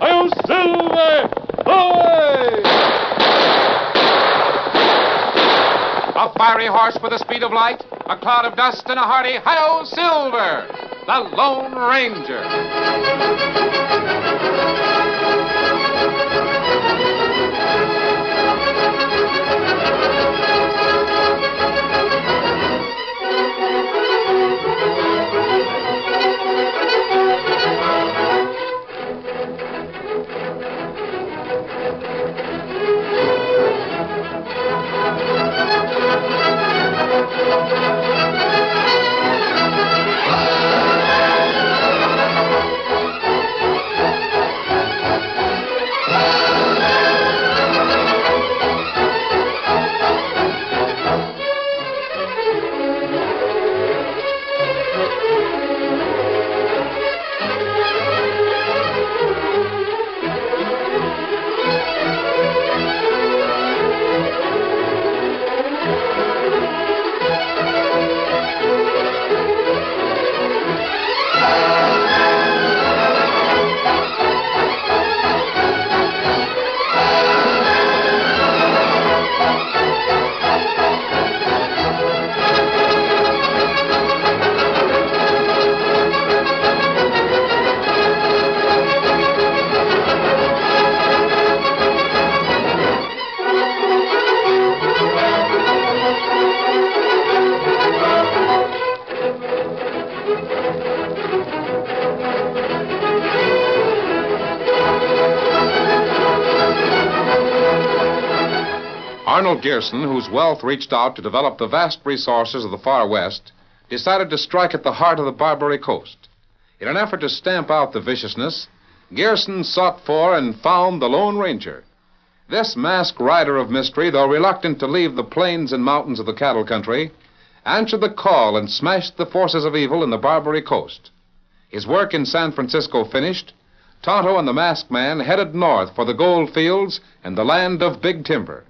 Hail Silver! Away! A fiery horse with the speed of light, a cloud of dust, and a hearty Hail Silver, the Lone Ranger. Arnold Gearson, whose wealth reached out to develop the vast resources of the far west, decided to strike at the heart of the Barbary Coast. In an effort to stamp out the viciousness, Gearson sought for and found the Lone Ranger. This masked rider of mystery, though reluctant to leave the plains and mountains of the cattle country, answered the call and smashed the forces of evil in the Barbary Coast. His work in San Francisco finished, Tonto and the masked man headed north for the gold fields and the land of big timber.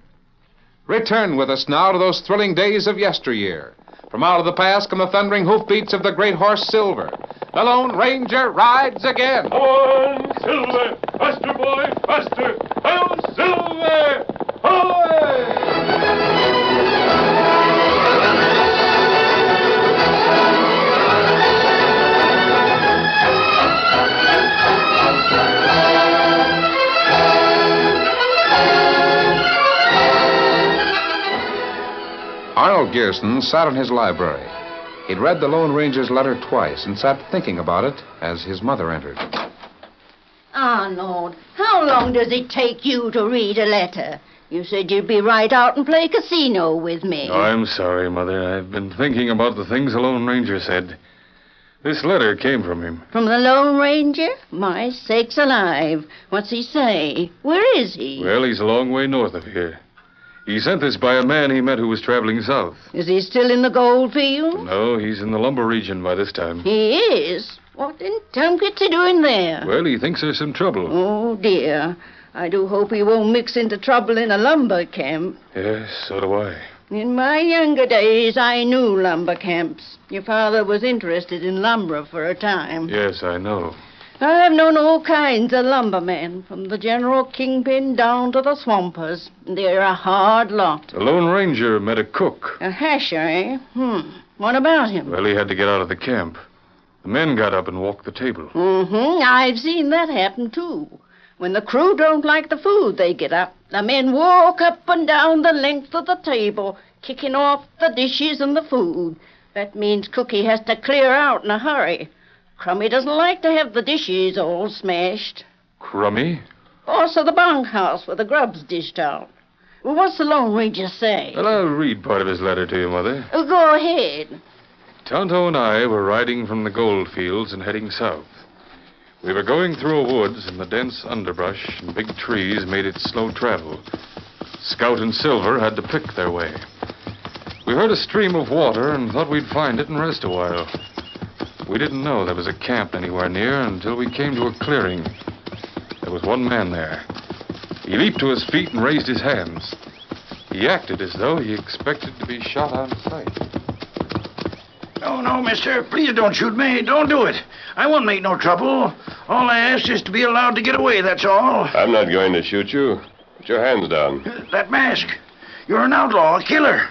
Return with us now to those thrilling days of yesteryear. From out of the past come the thundering hoofbeats of the great horse Silver. The Lone Ranger rides again. Come on, Silver! Faster, boy, faster! Hail Silver! Away! Arnold Gearson sat in his library. He'd read the Lone Ranger's letter twice and sat thinking about it as his mother entered. Arnold, Ah, how long does it take you to read a letter? You said you'd be right out and play casino with me. Oh, I'm sorry, Mother. I've been thinking about the things the Lone Ranger said. This letter came from him. From the Lone Ranger? My sakes alive. What's he say? Where is he? Well, he's a long way north of here. He sent this by a man he met who was traveling south. Is he still in the gold field? No, he's in the lumber region by this time. He is. What in tumpkins he doing there? Well, he thinks there's some trouble. Oh, dear. I do hope he won't mix into trouble in a lumber camp. Yes, so do I. In my younger days, I knew lumber camps. Your father was interested in lumber for a time. Yes, I know. I've known all kinds of lumbermen, from the general kingpin down to the swampers. They're a hard lot. The Lone Ranger met a cook. A hasher, eh? Hmm. What about him? Well, he had to get out of the camp. The men got up and walked the table. Mm-hmm. I've seen that happen too. When the crew don't like the food, they get up. The men walk up and down the length of the table, kicking off the dishes and the food. That means Cookie has to clear out in a hurry. Crummy doesn't like to have the dishes all smashed. Crummy? Also, Oh, the bunkhouse where the grub's dished out. Well, what's the Lone Ranger say? Well, I'll read part of his letter to you, Mother. Oh, go ahead. Tonto and I were riding from the gold fields and heading south. We were going through woods, and the dense underbrush and big trees made it slow travel. Scout and Silver had to pick their way. We heard a stream of water and thought we'd find it and rest a while. We didn't know there was a camp anywhere near until we came to a clearing. There was one man there. He leaped to his feet and raised his hands. He acted as though he expected to be shot out of sight. No, Oh, no, mister. Please don't shoot me. Don't do it. I won't make no trouble. All I ask is to be allowed to get away, that's all. I'm not going to shoot you. Put your hands down. That mask. You're an outlaw, a killer.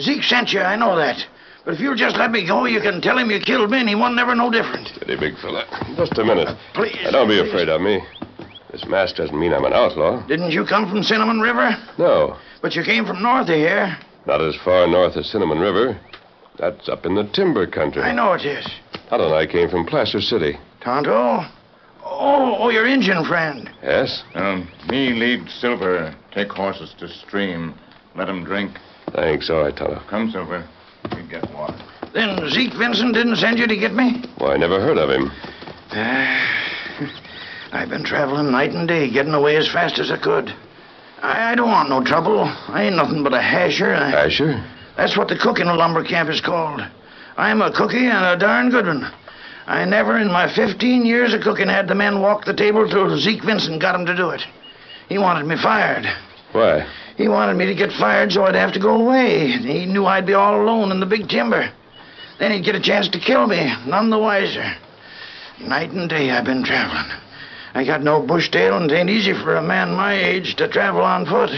Zeke sent you, I know that. But if you'll just let me go, you can tell him you killed me and he won't never know different. Steady, big fella. Just a minute. Please. Now, don't be please. afraid of me. This mask doesn't mean I'm an outlaw. Didn't you come from Cinnamon River? No, But you came from north of here. not as far north as Cinnamon River. That's up in the timber country. I know it is. Todd and I came from Placer City. Tonto? Oh, oh, your Indian friend. Yes? Um, me lead Silver. Take horses to stream. Let 'em drink. Thanks. All right, Tonto. Come, Silver. We get water. Then Zeke Vincent didn't send you to get me? Why, I never heard of him. I've been traveling night and day, getting away as fast as I could. I, I don't want no trouble. I ain't nothing but a hasher. I- Asher? that's what the cook in a lumber camp is called. I'm a cookie and a darn good one. I never in my 15 years of cooking had the men walk the table till Zeke Vincent got 'em to do it. He wanted me fired. Why? He wanted me to get fired so I'd have to go away. He knew I'd be all alone in the big timber. Then he'd get a chance to kill me, none the wiser. Night and day I've been traveling. I got no bush tail, and it ain't easy for a man my age to travel on foot.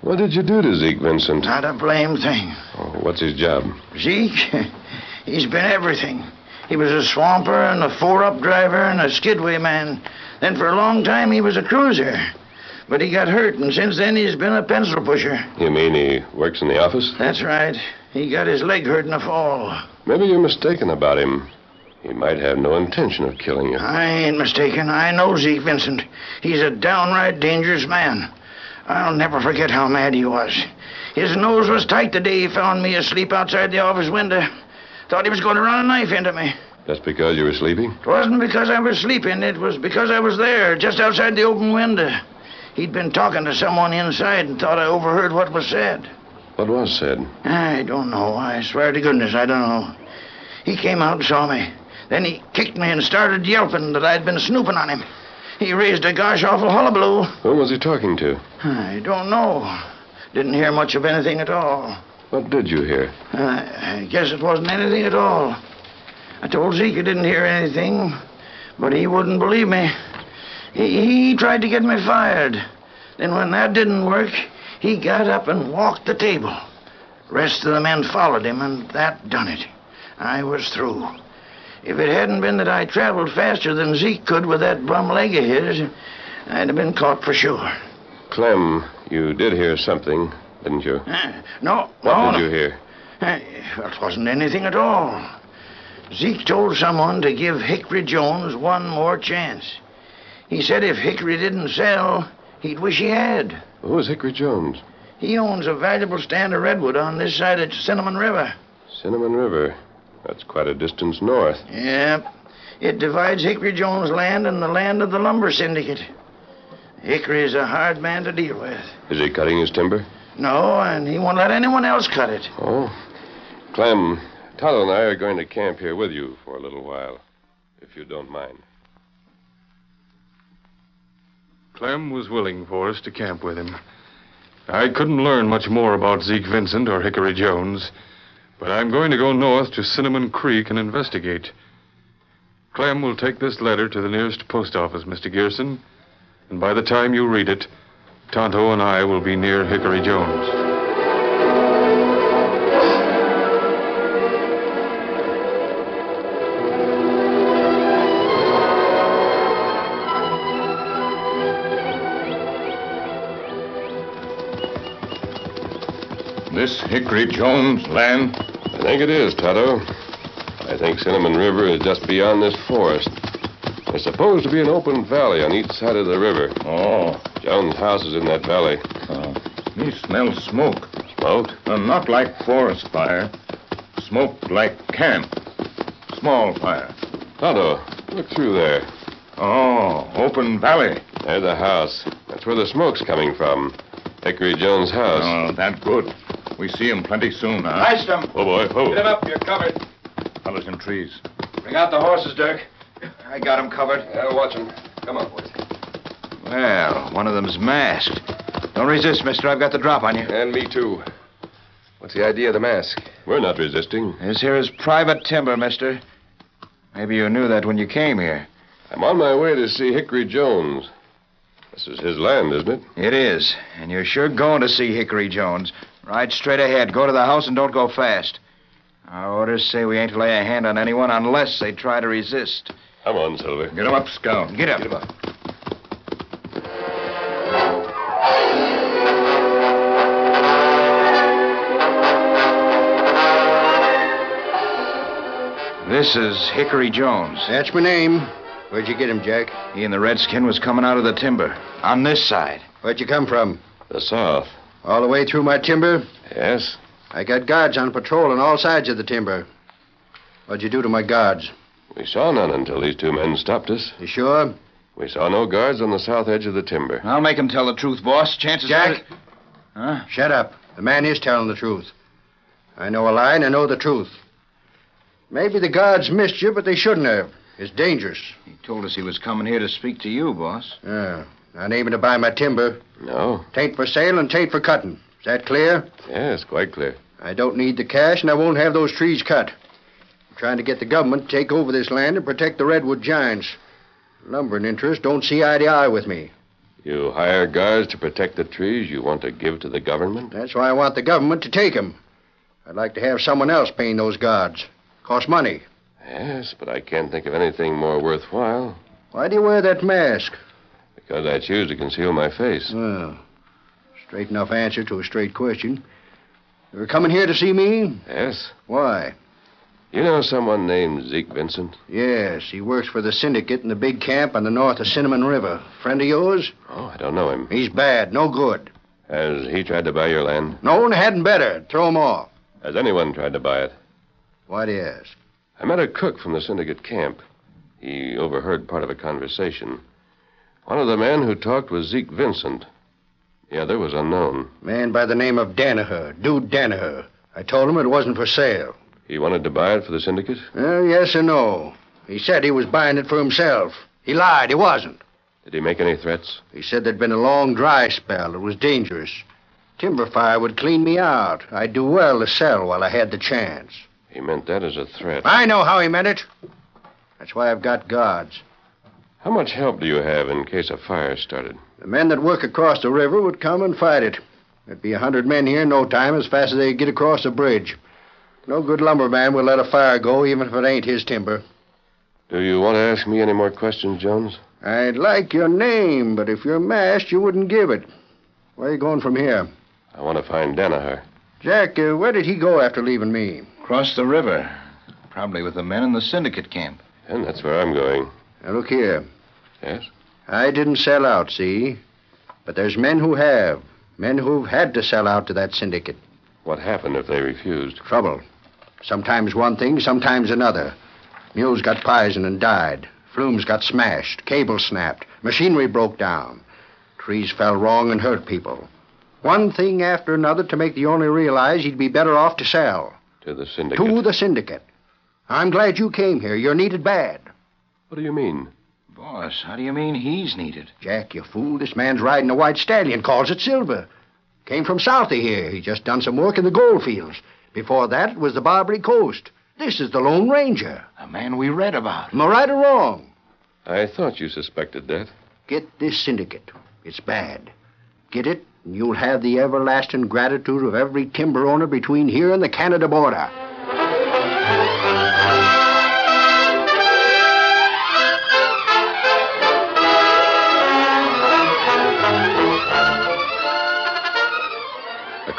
What did you do to Zeke Vincent? Not a blame thing. Oh, what's his job? Zeke, he's been everything. He was a swamper and a four up driver and a skidway man. Then for a long time he was a cruiser. But he got hurt, and since then he's been a pencil pusher. You mean he works in the office? That's right. He got his leg hurt in a fall. Maybe you're mistaken about him. He might have no intention of killing you. I ain't mistaken. I know Zeke Vincent. He's a downright dangerous man. I'll never forget how mad he was. His nose was tight the day he found me asleep outside the office window. Thought he was going to run a knife into me. Just because you were sleeping? It wasn't because I was sleeping. It was because I was there, just outside the open window. He'd been talking to someone inside and thought I overheard what was said. What was said? I don't know. I swear to goodness, I don't know. He came out and saw me. Then he kicked me and started yelping that I'd been snooping on him. He raised a gosh awful hullabaloo. Whom was he talking to? I don't know. Didn't hear much of anything at all. What did you hear? I, I guess it wasn't anything at all. I told Zeke I didn't hear anything, but he wouldn't believe me. He, he tried to get me fired. Then when that didn't work, he got up and walked the table. Rest of the men followed him, and that done it. I was through. If it hadn't been that I traveled faster than Zeke could with that bum leg of his, I'd have been caught for sure. Clem, you did hear something, didn't you? Uh, No, What no, no. did you hear? Hey, It wasn't anything at all. Zeke told someone to give Hickory Jones one more chance. He said if Hickory didn't sell, he'd wish he had. Who was Hickory Jones? He owns a valuable stand of redwood on this side of Cinnamon River. Cinnamon River. That's quite a distance north. Yep. It divides Hickory Jones' land and the land of the lumber syndicate. Hickory's a hard man to deal with. Is he cutting his timber? No, and he won't let anyone else cut it. Oh. Clem, Todd and I are going to camp here with you for a little while, if you don't mind. Clem was willing for us to camp with him. I couldn't learn much more about Zeke Vincent or Hickory Jones, but I'm going to go north to Cinnamon Creek and investigate. Clem will take this letter to the nearest post office, Mr. Gearson, and by the time you read it, Tonto and I will be near Hickory Jones. This Hickory Jones land? I think it is, Toto. I think Cinnamon River is just beyond this forest. There's supposed to be an open valley on each side of the river. Oh, Jones' house is in that valley. uh, me smell smoke. Smoke? Uh, not like forest fire. Smoke like camp. Small fire. Tonto, look through there. Oh, open valley. There's the house. That's where the smoke's coming from. Hickory Jones' house. Oh, that good. We see him plenty soon now. Nice them. Oh, boy. Oh. Get him up. You're covered. Under some trees. Bring out the horses, Dirk. I got them covered. Yeah, watch him. Come on, boys. Well, one of them's masked. Don't resist, mister. I've got the drop on you. And me too. What's the idea of the mask? We're not resisting. This here is private timber, mister. Maybe you knew that when you came here. I'm on my way to see Hickory Jones. This is his land, isn't it? It is. And you're sure going to see Hickory Jones. Ride straight ahead. Go to the house and don't go fast. Our orders say we ain't to lay a hand on anyone unless they try to resist. Come on, Silver. Get him up, Scout. Get up. This is Hickory Jones. That's my name. Where'd you get him, Jack? He and the redskin was coming out of the timber on this side. Where'd you come from? The South. All the way through my timber? Yes. I got guards on patrol on all sides of the timber. What'd you do to my guards? We saw none until these two men stopped us. You sure? We saw no guards on the south edge of the timber. I'll make him tell the truth, boss. Chances Jack? are. Huh? Shut up. The man is telling the truth. I know a lie and I know the truth. Maybe the guards missed you, but they shouldn't have. It's dangerous. He told us he was coming here to speak to you, boss. Yeah. Not aiming to buy my timber. No. Tain't for sale and tain't for cutting. Is that clear? Yes, quite clear. I don't need the cash, and I won't have those trees cut. I'm trying to get the government to take over this land and protect the redwood giants. Lumbering interests don't see eye to eye with me. You hire guards to protect the trees you want to give to the government? That's why I want the government to take 'em. I'd like to have someone else paying those guards. Costs money. Yes, but I can't think of anything more worthwhile Why do you wear that mask? because I choose to conceal my face. Well, straight enough answer to a straight question. You're coming here to see me? Yes. Why? You know someone named Zeke Vincent? Yes, he works for the syndicate in the big camp on the north of Cinnamon River. Friend of yours? Oh, I don't know him. He's bad, no good. Has he tried to buy your land? No one hadn't better. Throw 'em off. Has anyone tried to buy it? What is? I met a cook from the syndicate camp. He overheard part of a conversation. One of the men who talked was Zeke Vincent. The other was unknown. Man by the name of Danaher, Dude Danaher. I told him it wasn't for sale. He wanted to buy it for the syndicate? Well, yes and no. He said he was buying it for himself. He lied. He wasn't. Did he make any threats? He said there'd been a long dry spell. It was dangerous. Timber fire would clean me out. I'd do well to sell while I had the chance. He meant that as a threat. I know how he meant it. That's why I've got guards. How much help do you have in case a fire started? The men that work across the river would come and fight it. There'd be a hundred men here in no time as fast as they could get across the bridge. No good lumberman would let a fire go, Oh, even if it ain't his timber. Do you want to ask me any more questions, Jones? I'd like your name, but if you're masked, you wouldn't give it. Where you going from here? I want to find Danaher. Jack, uh, where did he go after leaving me? Across the river. Probably with the men in the syndicate camp. And that's where I'm going. Now, look here. Yes? I didn't sell out, see? But there's men who have. Men who've had to sell out to that syndicate. What happened if they refused? Trouble. Sometimes one thing, sometimes another. Mules got poisoned and died. Flumes got smashed. Cable snapped. Machinery broke down. Trees fell wrong and hurt people. One thing after another to make the owner realize he'd be better off to sell. To the syndicate? To the syndicate. I'm glad you came here. You're needed bad. What do you mean? Boss, how do you mean he's needed? Jack, you fool. This man's riding a white stallion, calls it silver. Came from south of here. He just done some work in the gold fields. Before that, it was the Barbary Coast. This is the Lone Ranger. The man we read about. Am I right or wrong? I thought you suspected that. Get this syndicate. It's bad. Get it, and you'll have the everlasting gratitude of every timber owner between here and the Canada border. The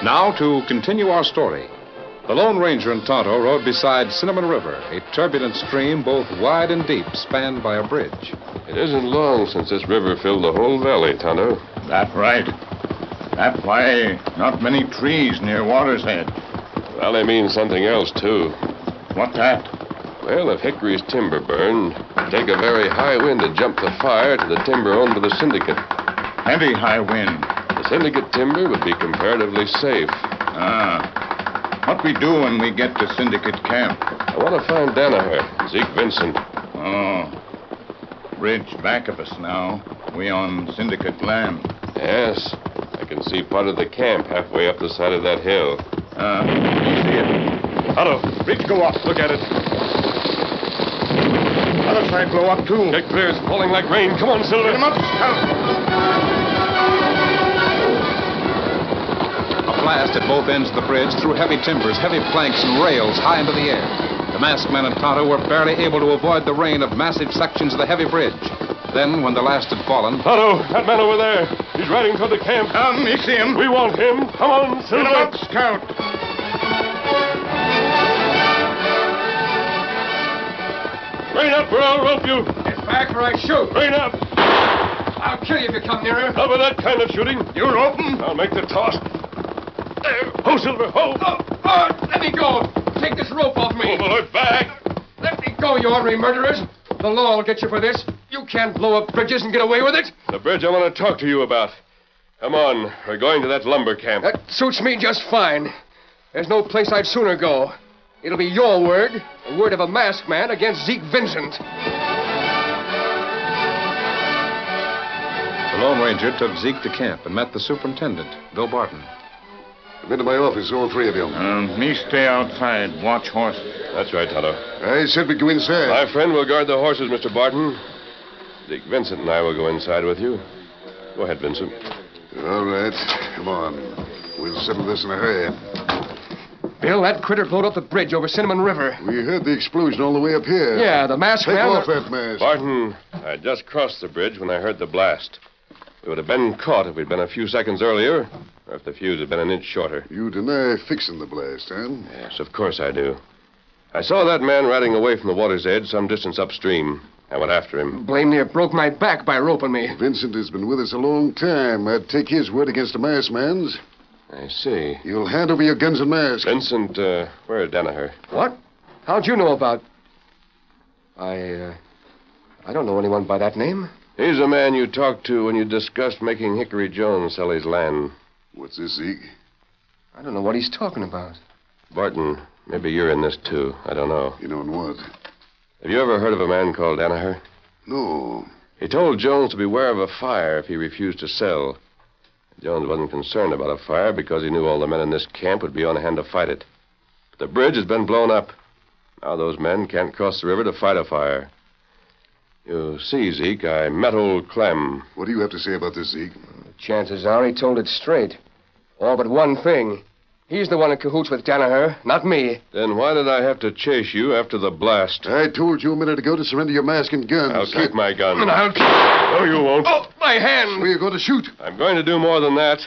Now to continue our story. The Lone Ranger and Tonto rode beside Cinnamon River, a turbulent stream both wide and deep, spanned by a bridge. It isn't long since this river filled the whole valley, Tonto. That right. That why not many trees near water's head. Valley means something else, too. What that? Well, if Hickory's timber burned, it'd take a very high wind to jump the fire to the timber owned by the syndicate. Heavy high wind. The syndicate timber would be comparatively safe. Ah. What we do when we get to Syndicate Camp? I want to find Danaher, Zeke Vincent. Oh. Bridge back of us now. We on Syndicate land. Yes, I can see part of the camp halfway up the side of that hill. Uh, Ah. see it. Tonto, Bridge go up. look at it. Other side blow up too. It clears, falling like rain. Come on, Silver. Get 'em up. A blast at both ends of the bridge threw heavy timbers, heavy planks, and rails high into the air. The masked men and Tonto were barely able to avoid the rain of massive sections of the heavy bridge. Then, when the last had fallen, Tonto, that man over there. He's riding toward the camp. Come, Um, you see him. We want him. Come on, Get 'em Silver. up, Scout. Rain up or I'll rope you. Get back or I shoot! Rain up. I'll kill you if you come nearer. Not with that kind of shooting. You're open. I'll make the toss. There. Ho, Silver, ho. Oh, let me go! Take this rope off Overlord, back. Let me go, you ornery murderers! The law will get you for this. You can't blow up bridges and get away with it. The bridge I want to talk to you about. Come on. We're going to that lumber camp. That suits me just fine. There's no place I'd sooner go. It'll be your word, the word of a masked man against Zeke Vincent. The Lone Ranger took Zeke to camp and met the superintendent, Bill Barton. Uh-huh. Come into my office, all three of you. Um, me stay outside. Watch horses. That's right, Tonto. I said we go inside. My friend will guard the horses, Mr. Barton. Zeke Vincent and I will go inside with you. Go ahead, Vincent. All right, come on. We'll settle this in a hurry. Bill, that critter blowed up the bridge over Cinnamon River. We heard the explosion all the way up here. Yeah, the masked Take man. off that mask. Barton, I just crossed the bridge when I heard the blast. We would have been caught if we'd been a few seconds earlier, or if the fuse had been an inch shorter. You deny fixing the blast, huh? Yes, of course I do. I saw that man riding away from the water's edge some distance upstream. I went after him. Blame near broke my back by roping me. Vincent has been with us a long time. I'd take his word against a masked man's. I see. You'll hand over your guns and mask. Vincent, uh, where is Danaher? What? How'd you know about? I, uh, I don't know anyone by that name. He's the man you talked to when you discussed making Hickory Jones sell his land. What's this, Zeke? I don't know what he's talking about. Barton, maybe you're in this too. I don't know. You know what? Have you ever heard of a man called Danaher? No. He told Jones to beware of a fire if he refused to sell. Jones wasn't concerned about a fire because he knew all the men in this camp would be on hand to fight it. But the bridge has been blown up. Now those men can't cross the river to fight a fire. You see, Zeke, I met old Clem. What do you have to say about this, Zeke? Chances are he told it straight. All but one thing. He's the one in cahoots with Danaher, not me. Then why did I have to chase you after the blast? I told you a minute ago to surrender your mask and guns. I'll take my gun. I'll No, you won't. my hand! We're going to shoot. I'm going to do more than that.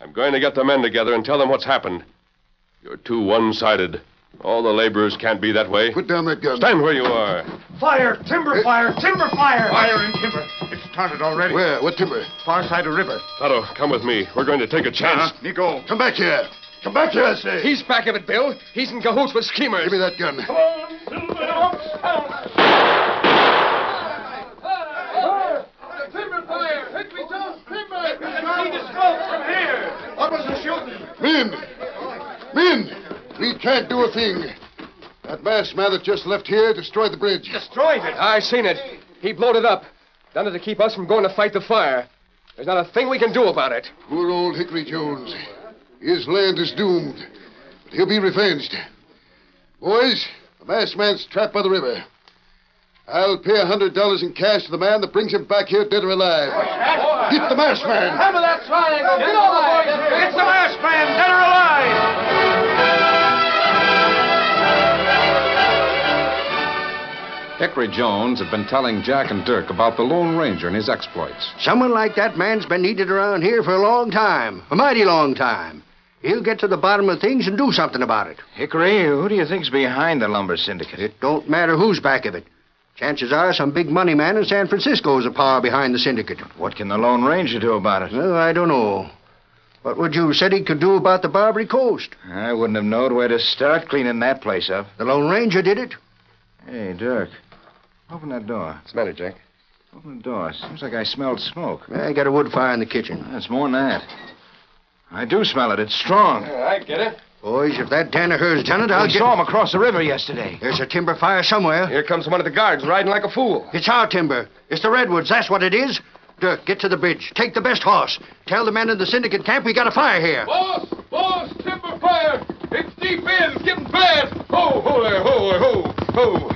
I'm going to get the men together and tell them what's happened. You're too one sided. All the laborers can't be that way. Put down that gun. Stand where you are. Fire! Timber fire! Timber fire! Fire and timber. It started already. Where? What timber? Far side of river. Toto, come with me. We're going to take a chance. Nico. Come back here. Come back here, I say. He's back of it, Bill. He's in cahoots with schemers. Give me that gun. Men! Men! We can't do a thing. That masked man that just left here destroyed the bridge. Destroyed it. I seen it. He blowed it up. Done it to keep us from going to fight the fire. There's not a thing we can do about it. Poor old Hickory Jones. His land is doomed. But he'll be revenged. Boys, the masked man's trapped by the river. I'll pay a hundred dollars in cash to the man that brings him back here dead or alive. Get the masked man! It's the masked man, dead or alive! Hickory Jones had been telling Jack and Dirk about the Lone Ranger and his exploits. Someone like that man's been needed around here for a long time. A mighty long time. He'll get to the bottom of things and do something about it. Hickory, who do you think's behind the lumber syndicate? It don't matter who's back of it. Chances are some big money man in San Francisco is the power behind the syndicate. What can the Lone Ranger do about it? Well, I don't know. What would you have said he could do about the Barbary Coast? I wouldn't have known where to start cleaning that place up. The Lone Ranger did it. Hey, Dirk. Open that door. What's the matter, Jack? Open the door. Seems like I smelled smoke. I got a wood fire in the kitchen. That's more than that. I do smell it. It's strong. All right, get it. Boys, if that Dan of hers done it, I'll I get... saw him across the river yesterday. There's a timber fire somewhere. Here comes one of the guards riding like a fool. It's our timber. It's the redwoods. That's what it is. Dirk, get to the bridge. Take the best horse. Tell the men in the syndicate camp we got a fire here. Boss! Boss! Timber Oh, fire! It's deep in! It's getting bad! Ho, ho there, ho, there, ho, ho!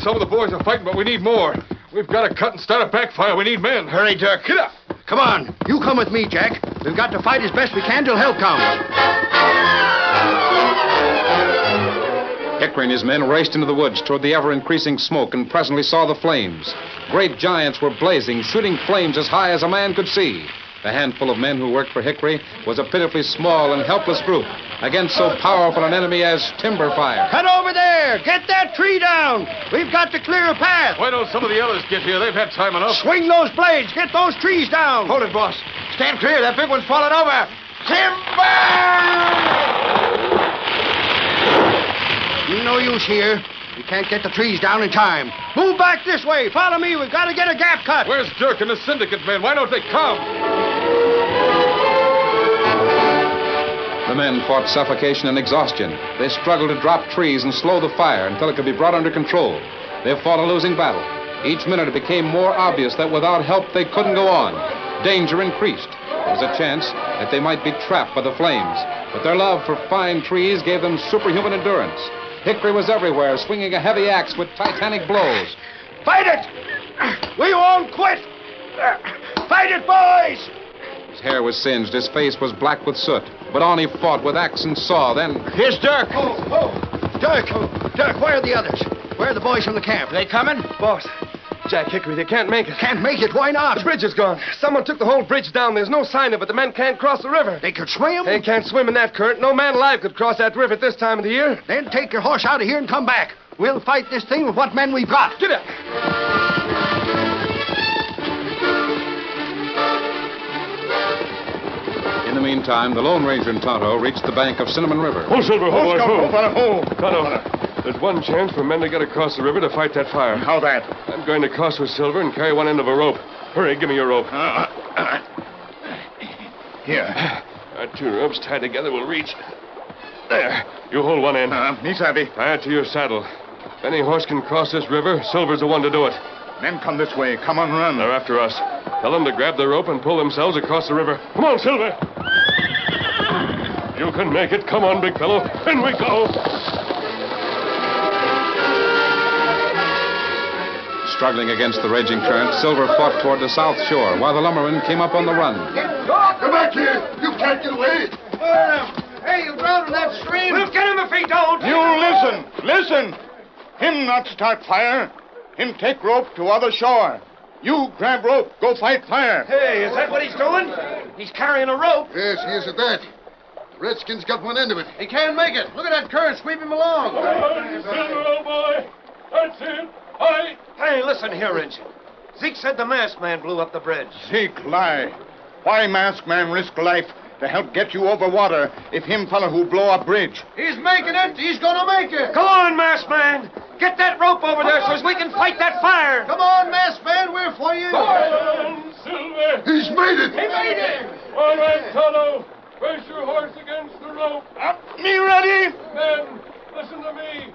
Some of the boys are fighting, but we need more. We've got to cut and start a backfire. We need men. Hurry, Dirk. Get up! Come on. You come with me, Jack. We've got to fight as best we can till help comes. Hickory and his men raced into the woods toward the ever increasing smoke and presently saw the flames. Great giants were blazing, shooting flames as high as a man could see. The handful of men who worked for Hickory was a pitifully small and helpless group against so powerful an enemy as timber fire. Cut over there. Get that tree down. We've got to clear a path. Why don't some of the others get here? They've had time enough. Swing those blades. Get those trees down. Hold it, boss. Stand clear. That big one's falling over. Timber! No use here. We can't get the trees down in time. Move back this way. Follow me. We've got to get a gap cut. Where's Dirk and the syndicate men? Why don't they come? The men fought suffocation and exhaustion. They struggled to drop trees and slow the fire until it could be brought under control. They fought a losing battle. Each minute it became more obvious that without help they couldn't go on. Danger increased. There was a chance that they might be trapped by the flames, but their love for fine trees gave them superhuman endurance. Hickory was everywhere, swinging a heavy axe with titanic blows. Fight it! We won't quit! Fight it, boys! His hair was singed, his face was black with soot, but on he fought with axe and saw. Then Here's Dirk. Dirk. Dirk, where are the others? Where are the boys from the camp? They coming? Boss, Jack Hickory, they can't make it. Can't make it. Why not? The bridge is gone. Someone took the whole bridge down. There's no sign of it. The men can't cross the river. They could swim. They can't swim in that current. No man alive could cross that river at this time of the year. Then take your horse out of here and come back. We'll fight this thing with what men we've got. Get up. In the meantime, the Lone Ranger and Tonto reached the bank of Cinnamon River. Pull, Silver. Pull, boys, pull. Tonto, there's one chance for men to get across the river to fight that fire. How that? I'm going to cross with Silver and carry one end of a rope. Hurry, give me your rope. Here. Our two ropes tied together will reach. There. You hold one end. Uh, Nisabi, Tie it to your saddle. If any horse can cross this river, Silver's the one to do it. men come this way. Come on, run. They're after us. Tell them to grab the rope and pull themselves across the river. Come on, Silver. You can make it. Come on, big fellow. In we go. Struggling against the raging current, Silver fought toward the south shore while the lumbermen came up on the run. Come back here. You can't get away. Oh, Hey, you drowned in that stream. We'll get him if he don't. You listen, listen. Him not start fire. Him take rope to other shore. You grab rope, go fight fire. Hey, is that what he's doing? He's carrying a rope. Yes, he is at that. The Redskins got one end of it. He can't make it. Look at that current sweep him along. Silver, old boy. That's it. I. Hey, listen here, Rich. Zeke said the masked man blew up the bridge. Zeke lie. Why mask man risk life to help get you over water if him fella who blow up bridge? He's making it. He's gonna make it. Come on, masked man. Get that rope over there so as we can fight that fire. Come on, masked man. We're for you. Silver. He's made it. All right, Tonto. Brace your horse against the rope. Up. Me ready? Men, listen to me.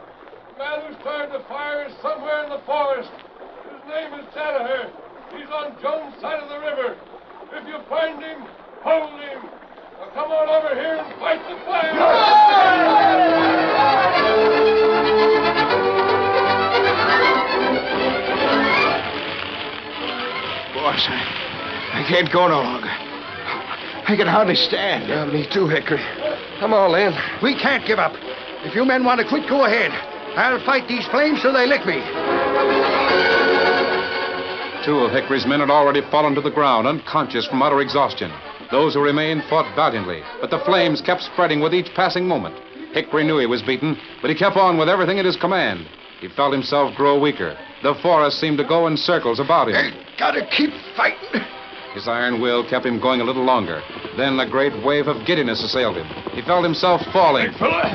The man who started the fire is somewhere in the forest. His name is Danaher. He's on Jones' side of the river. If you find him, hold him. Now come on over here and fight the fire. Boss, I, I can't go no longer. I can hardly stand. Yeah, me too, Hickory. I'm all in. We can't give up. If you men want to quit, go ahead. I'll fight these flames till they lick me. Two of Hickory's men had already fallen to the ground, unconscious from utter exhaustion. Those who remained fought valiantly, but the flames kept spreading with each passing moment. Hickory knew he was beaten, but he kept on with everything at his command. He felt himself grow weaker. The forest seemed to go in circles about him. Gotta keep fighting. His iron will kept him going a little longer. Then a great wave of giddiness assailed him. He felt himself falling,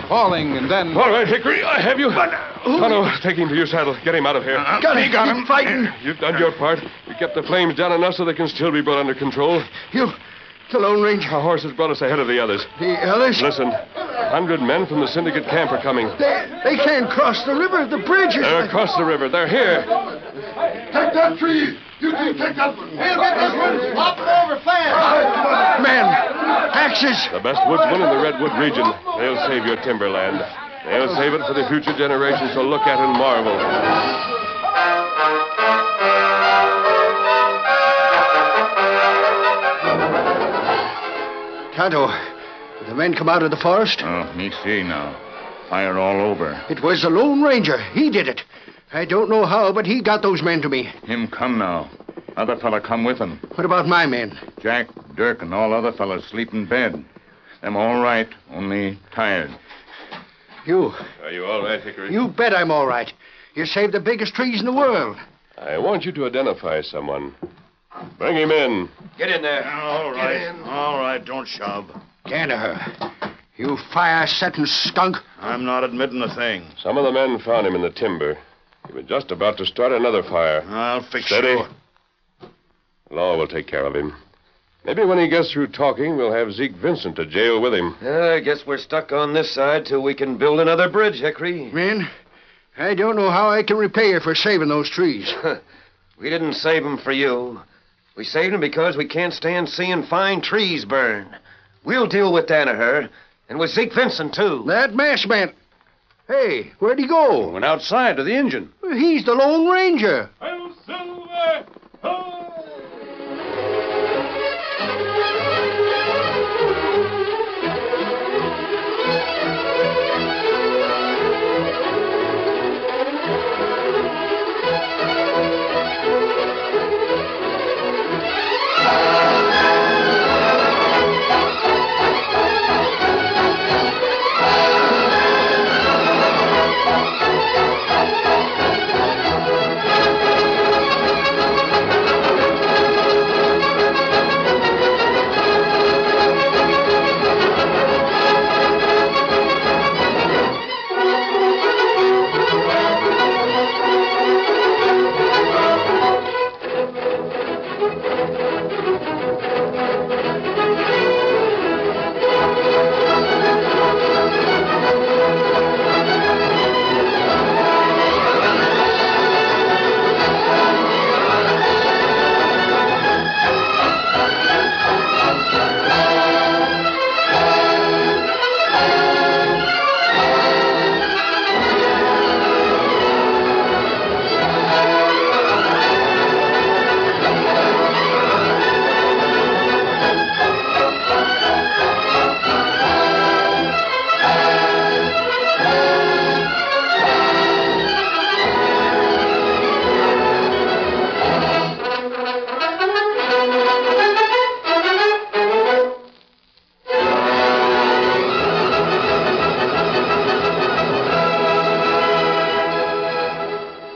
falling, and then. All right, Hickory, I have you. uh, But, Tonto, take him to your saddle. Get him out of here. Gotta keep fighting. You've done your part. You kept the flames down enough so they can still be brought under control. You, the Lone Ranger. Our horse has brought us ahead of the others. The others? Listen, a hundred men from the syndicate camp are coming. They, they can't cross the river. The bridge is. They're across the river. They're here. Take that tree. You two take that one. He'll get this one. Hop it over fast. Men, axes. The best woodsmen in the Redwood region. They'll save your timberland. They'll save it for the future generations to look at and marvel. Tonto, did the men come out of the forest? Oh, me see now. Fire all over. It was the Lone Ranger. He did it. I don't know how, but he got those men to me. Him come now. Other fella come with him. What about my men? Jack, Dirk, and all other fellas sleep in bed. Them all right, only tired. You. Are you all right, Hickory? You bet I'm all right. You saved the biggest trees in the world. I want you to identify someone. Bring him in. Get in there. All right. All right, don't shove. Danaher, you fire-setting skunk. I'm not admitting a thing. Some of the men found him in the timber. He was just about to start another fire. I'll fix Steady. you. Law will take care of him. Maybe when he gets through talking, we'll have Zeke Vincent to jail with him. I guess we're stuck on this side till we can build another bridge, Hickory. Men, I don't know how I can repay you for saving those trees. We didn't save 'em for you. We saved 'em because we can't stand seeing fine trees burn. We'll deal with Danaher, and with Zeke Vincent, too. That masked man. Hey, where'd he go? Went outside to the engine. He's the Lone Ranger.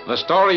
The story